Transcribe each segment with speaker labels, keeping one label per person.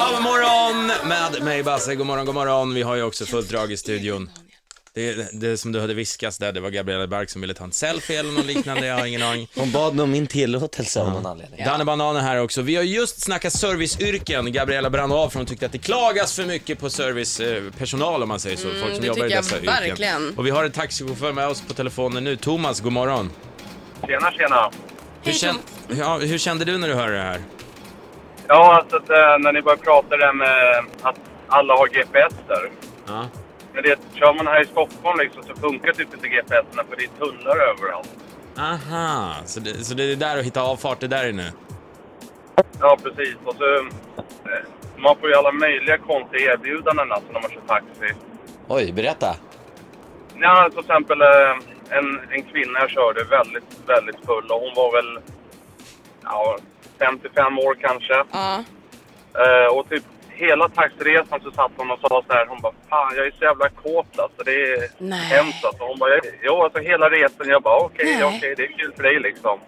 Speaker 1: Halvmorgon med mig Basse, god morgon, god morgon. Vi har ju också fullt drag i studion. Det, det som du hade viskats där, det var Gabriella Bark som ville ta en selfie eller något liknande, jag har ingen aning.
Speaker 2: Hon bad om min tillåtelse av någon anledning.
Speaker 1: Danne Banan är här också. Vi har just snackat serviceyrken. Gabriella brann av för hon tyckte att det klagas för mycket på servicepersonal om man säger så. Folk som
Speaker 3: Mm, det
Speaker 1: jobbar i
Speaker 3: tycker jag
Speaker 1: dessa
Speaker 3: verkligen.
Speaker 1: yrken. Och vi har en taxichaufför med oss på telefonen nu. Thomas, god morgon.
Speaker 4: Tjena, tjena.
Speaker 1: Hur, kän- ja, hur kände du när du hörde det här?
Speaker 4: Ja, alltså att, eh, när ni började prata där med att alla har GPSer.
Speaker 1: Ja.
Speaker 4: Men det, kör man här i Stockholm liksom så funkar typ inte GPSerna för det är tunnlar överallt.
Speaker 1: Aha, så det, så det är där att hitta avfarter där inne.
Speaker 4: Ja, precis. Och så, eh, man får ju alla möjliga konstiga erbjudanden alltså när man kör taxi.
Speaker 2: Oj, berätta.
Speaker 4: Ja, till exempel eh, en, en kvinna jag körde väldigt, väldigt full och hon var väl ja, 55 år kanske.
Speaker 3: Ja.
Speaker 4: Eh, och typ hela taxiresan så satt hon och sa så här, hon bara fan jag är så jävla kåt alltså. Det är
Speaker 3: Nej.
Speaker 4: hemskt alltså. Hon bara, jo alltså hela resan. Jag bara okej,
Speaker 3: Nej.
Speaker 4: okej det är kul för dig liksom.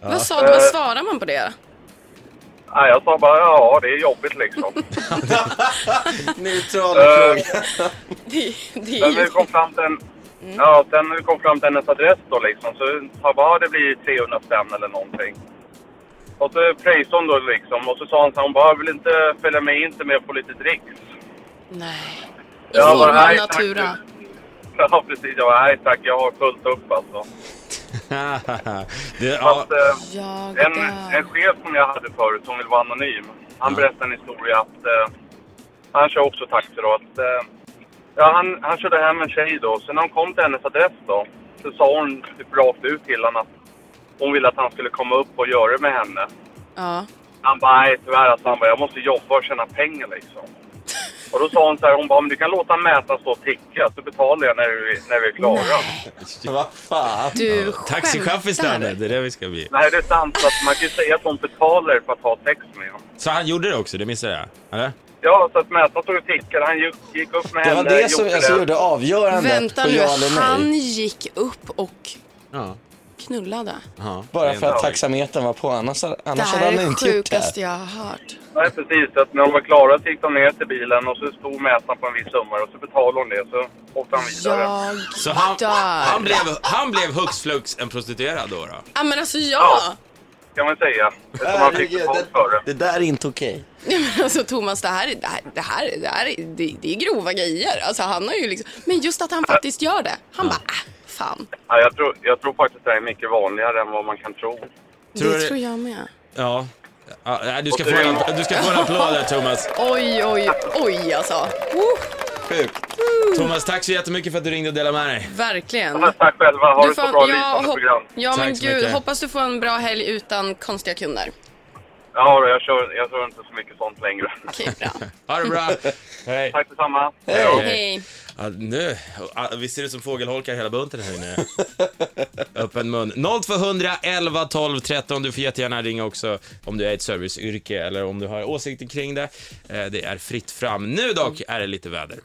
Speaker 3: Vad sa du? Vad
Speaker 4: Eh.
Speaker 3: svarar man på det?
Speaker 4: Nej, jag sa bara ja det är jobbigt liksom.
Speaker 2: Neutral
Speaker 4: Eh,
Speaker 3: Det, det är
Speaker 4: men vi
Speaker 3: ju...
Speaker 4: kom fram till en,
Speaker 3: Mm.
Speaker 4: ja, sen när vi kom fram till hennes adress då liksom så sa jag bara ja, det blir 300 spänn eller någonting. Och så pröjsade hon då liksom och så sa hon så här, hon bara jag vill inte följa med in till mig och få lite dricks.
Speaker 3: Nej. I
Speaker 4: Ja,
Speaker 3: form
Speaker 4: vad
Speaker 3: av
Speaker 4: härligt, tack.
Speaker 3: natura.
Speaker 4: Ja precis, jag bara nej tack jag har fullt upp alltså.
Speaker 1: det, ja,
Speaker 4: Fast, eh,
Speaker 3: Jag
Speaker 4: En,
Speaker 3: dör.
Speaker 4: en chef som jag hade förut, som vill vara anonym, han berättade en historia att... Eh, han kör också taxi då. Att, eh, ja, han, han körde hem en tjej då. Sen när hon kom till hennes adress då, så sa hon typ rakt ut till honom att hon ville att han skulle komma upp och göra det med henne.
Speaker 3: Ja.
Speaker 4: Han bara, nej tyvärr alltså, han bara, jag måste jobba och tjäna pengar liksom. Och då sa hon så här, hon bara, men du kan låta mätaren stå och ticka så betalar jag när vi, när vi är klara. Nej,
Speaker 2: Vad fan?
Speaker 3: Du
Speaker 1: Taxichaffis Danne,
Speaker 3: skämtar.
Speaker 1: det är det vi ska bli.
Speaker 4: det är sant att man kan ju säga att hon betalar för att ha sex med honom.
Speaker 1: Så han gjorde det också, det missade jag. Eller?
Speaker 4: Ja, så att mätaren stod och tickade. Han gick, gick upp med
Speaker 2: Det var
Speaker 4: henne.
Speaker 2: det som alltså, gjorde avgörandet
Speaker 3: Vänta
Speaker 2: på
Speaker 3: nu,
Speaker 2: ja eller nej.
Speaker 3: han gick upp och
Speaker 1: Ja.
Speaker 3: knullade.
Speaker 1: ja.
Speaker 2: Bara för att
Speaker 4: Ja.
Speaker 2: taxametern var på, annars,
Speaker 3: Det
Speaker 2: annars hade
Speaker 3: här
Speaker 2: han
Speaker 3: är det
Speaker 2: inte gjort det.
Speaker 3: sjukaste jag har hört.
Speaker 4: Nej, precis. Att när de var klara så gick de ner till bilen och så stod mätaren på en viss summa och så betalade hon det. Så åkte han vidare.
Speaker 3: Jag
Speaker 1: Så han, han,
Speaker 3: dör.
Speaker 1: blev, han blev hux flux en prostituerad då? då.
Speaker 3: Ja men alltså ja.
Speaker 4: Kan man säga. Eftersom han fick
Speaker 2: Herregud,
Speaker 4: betalt för det.
Speaker 2: det, det där är inte okej.
Speaker 3: Nej, men alltså Thomas, det här, är- det här, det här, det här är- det, det är grova grejer. Alltså han har ju liksom, men just att han faktiskt gör det. Han bara, äh, fan.
Speaker 4: Ja, jag, tror, jag tror faktiskt det är mycket vanligare än vad man kan tro.
Speaker 1: Tror
Speaker 3: det
Speaker 1: du-
Speaker 3: tror jag med.
Speaker 1: Ja. ja nej, du, ska få en, du ska få en applåd där Thomas.
Speaker 3: Oj, oj, oj alltså. Oh,
Speaker 2: Sjukt.
Speaker 1: Thomas, tack så jättemycket för att du ringde och delade med dig.
Speaker 3: verkligen.
Speaker 4: Men tack själva. Ha
Speaker 3: Du
Speaker 4: det så
Speaker 3: får-
Speaker 4: bra.
Speaker 3: jag
Speaker 4: Lysande
Speaker 3: hopp-
Speaker 4: program.
Speaker 3: ja men
Speaker 1: Tack så
Speaker 3: gud,
Speaker 1: mycket.
Speaker 3: hoppas du får en bra helg utan konstiga kunder.
Speaker 4: Ja, då, jag kör, jag kör inte så mycket sånt längre.
Speaker 3: Okej, bra.
Speaker 1: Ha det bra. Hej.
Speaker 4: Tack detsamma. Hej då.
Speaker 1: Hej.
Speaker 3: Hej.
Speaker 1: Ja, nu. Ja, Visst ser det ut som fågelholkar hela bunten här inne. Öppen mun. 0200 11 12 13. Du får jättegärna ringa också om du är i ett serviceyrke eller om du har åsikter kring det. Eh, Det är fritt fram. Nu dock är det lite väder.